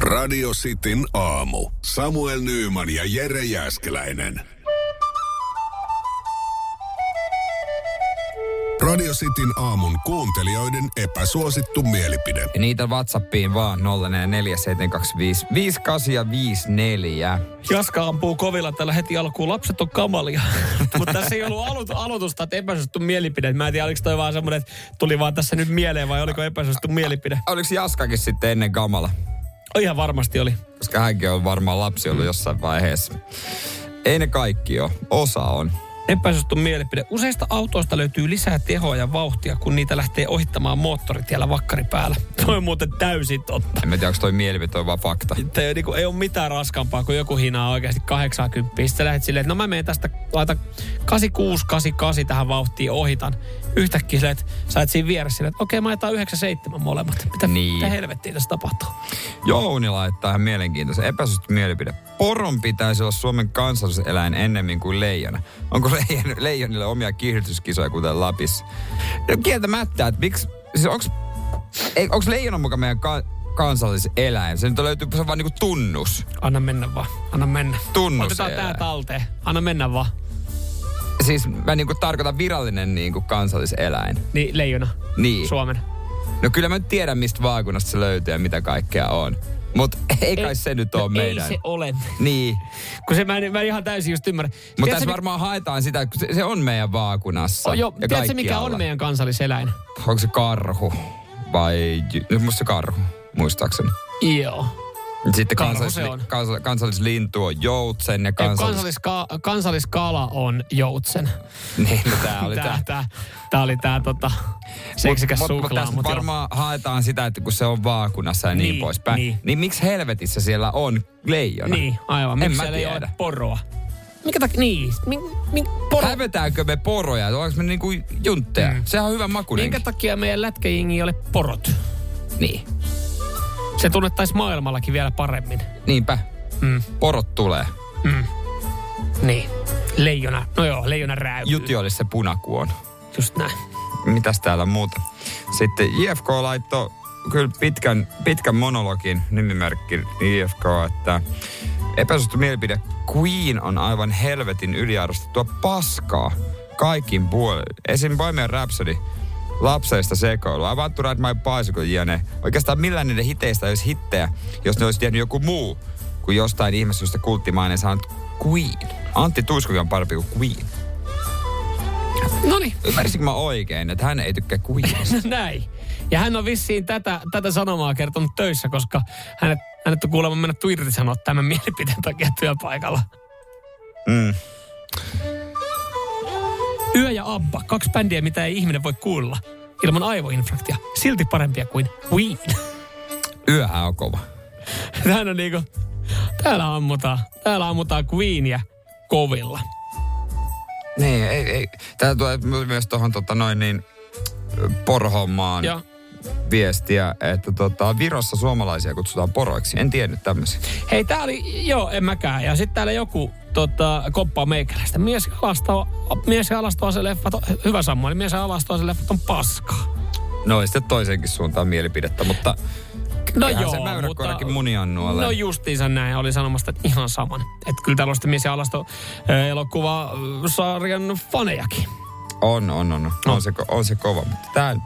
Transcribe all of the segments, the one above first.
Radio Cityn aamu. Samuel Nyyman ja Jere Jäskeläinen. Radio Cityn aamun kuuntelijoiden epäsuosittu mielipide. Ja niitä WhatsAppiin vaan 0447255854. Jaska ampuu kovilla tällä heti alkuun. Lapset on kamalia. Mutta tässä ei ollut alo- aloitusta, että epäsuosittu mielipide. Mä en tiedä, oliko toi vaan semmoinen, että tuli vaan tässä nyt mieleen vai oliko epäsuosittu mielipide. Oliko Jaskakin sitten ennen kamala? Oh, Ihan varmasti oli. Koska hänkin on varmaan lapsi ollut jossain vaiheessa. Ei ne kaikki ole. Osa on. Epäsuosittu mielipide. Useista autoista löytyy lisää tehoa ja vauhtia, kun niitä lähtee ohittamaan moottoritiellä vakkari päällä. Toi on muuten täysin totta. En mä tiedä, onko toi mielipide, toi on vaan fakta. Tämä ei, niinku, ei ole mitään raskaampaa, kun joku hinaa oikeasti 80. Sitten sä lähdet silleen, että no mä menen tästä, laita 86, 88 tähän vauhtiin ohitan. Yhtäkkiä silleen, että sä et siinä vieressä silleen, että okei mä laitan 97 molemmat. Mitä, Niin. niin. mitä helvettiä tässä tapahtuu? Jouni laittaa ihan mielenkiintoisen epäsuosittu mielipide. Poron pitäisi olla Suomen kansalliseläin ennemmin kuin leijona. Onko leijon, leijonille omia kiihdytyskisoja kuten Lapissa? No kieltämättä, että miksi... Siis onks, ei, onks leijona mukaan meidän ka, kansalliseläin? Se nyt löytyy, se on vaan niinku tunnus. Anna mennä vaan, anna mennä. Tunnus Otetaan elää. tää talteen, anna mennä vaan. Siis mä niinku tarkoitan virallinen niinku kansalliseläin. Niin, leijona. Niin. Suomen. No kyllä mä nyt tiedän, mistä vaakunnasta se löytyy ja mitä kaikkea on. Mut ei kai se nyt ole no meidän. Ei se ole. Niin. Kun se mä en, mä en ihan täysin just ymmärrä. Mutta Tiedätkö, tässä mi- varmaan haetaan sitä, kun se, se on meidän vaakunassa. Oh, joo, ja tiedätkö mikä kaikkialla. on meidän kansalliseläin? Onko se karhu? Vai... jy- No, musta se karhu, muistaakseni. Joo. Sitten Karhu kansallis, se on. Kansa, kansallislintu on joutsen ja Kansallis... kansallis... Kansalliska, kansalliskala on joutsen. Niin, no, tää oli tää. tää, tää, tää oli tää tota, seksikäs Mut- mut- suklaa. Mut, tästä joo. varmaan haetaan sitä, että kun se on vaakunassa ja niin, niin Niin, poispäin. Niin. niin. niin miksi helvetissä siellä on leijona? Niin, aivan. En Miksi mä siellä ei ole tiedä. poroa? Mikä takia? Niin. Mi, mi, poro. Hävetäänkö me poroja? Onko me niinku juntteja? Mm. Mm. Sehän on hyvä makuinen. Minkä takia meidän lätkäjengi ei ole porot? Niin. Se tunnettaisiin maailmallakin vielä paremmin. Niinpä. Mm. Porot tulee. Niin. Leijona. No joo, leijona rääyy. Juti olisi se punakuon. Just näin. mitäs täällä muuta. Sitten IFK laittoi kyllä pitkän, pitkän monologin nimimerkki IFK, että epäsuosittu mielipide Queen on aivan helvetin yliarvostettua paskaa kaikin puolin. Esim. Bohemian Rhapsody, lapseista sekoilua, I want to ride my bicycle, jne. Oikeastaan millään niiden hiteistä ei olisi hittejä, jos ne olisi tiennyt joku muu kuin jostain ihmeessä, josta kulttimainen saanut Queen. Antti Tuiskokin on parempi kuin Queen. No niin. Ymmärsinkö mä oikein, että hän ei tykkää Queenista? No näin. Ja hän on vissiin tätä, tätä sanomaa kertonut töissä, koska hänet, hänet on kuulemma mennä irti sanoa tämän mielipiteen takia työpaikalla. Mm. Yö ja Abba, kaksi bändiä, mitä ei ihminen voi kuulla ilman aivoinfarktia. Silti parempia kuin Queen. Yöhän on kova. Hän on niinku, täällä ammutaan, täällä ammutaan Queenia kovilla. Niin, ei, ei. Tää tulee my- myös tuohon tota noin niin porhommaan Ja viestiä, että tota, Virossa suomalaisia kutsutaan poroiksi. En tiennyt tämmöisiä. hei, tää oli, joo, en mäkään. Ja sitten täällä joku tota, koppaa meikäläistä. Mies alastaa, mies alastaa se leffat, on- hyvä Samueli, mies alastaa se leffat on paskaa. No ei sitten toisenkin suuntaan mielipidettä, mutta No Eihän joo, se mäyräkoirakin muniannualle. No justiinsa näin, oli sanomasta että ihan saman. Että kyllä täällä on sitten mies ja alasto eh, elokuvasarjan fanejakin. on, on, on. No. On, se, ko- on se kova. Mutta tää,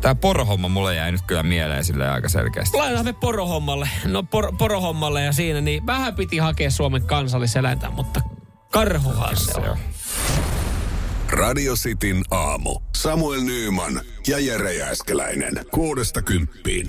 tää porohomma mulle jäi nyt kyllä mieleen sille aika selkeästi. Laitetaan me porohommalle. No por, porohommalle ja siinä, niin vähän piti hakea Suomen kansalliseläintä, mutta karhuhan se on. Radio Cityn aamu. Samuel Nyyman ja Jere Jäskeläinen. Kuudesta kymppiin.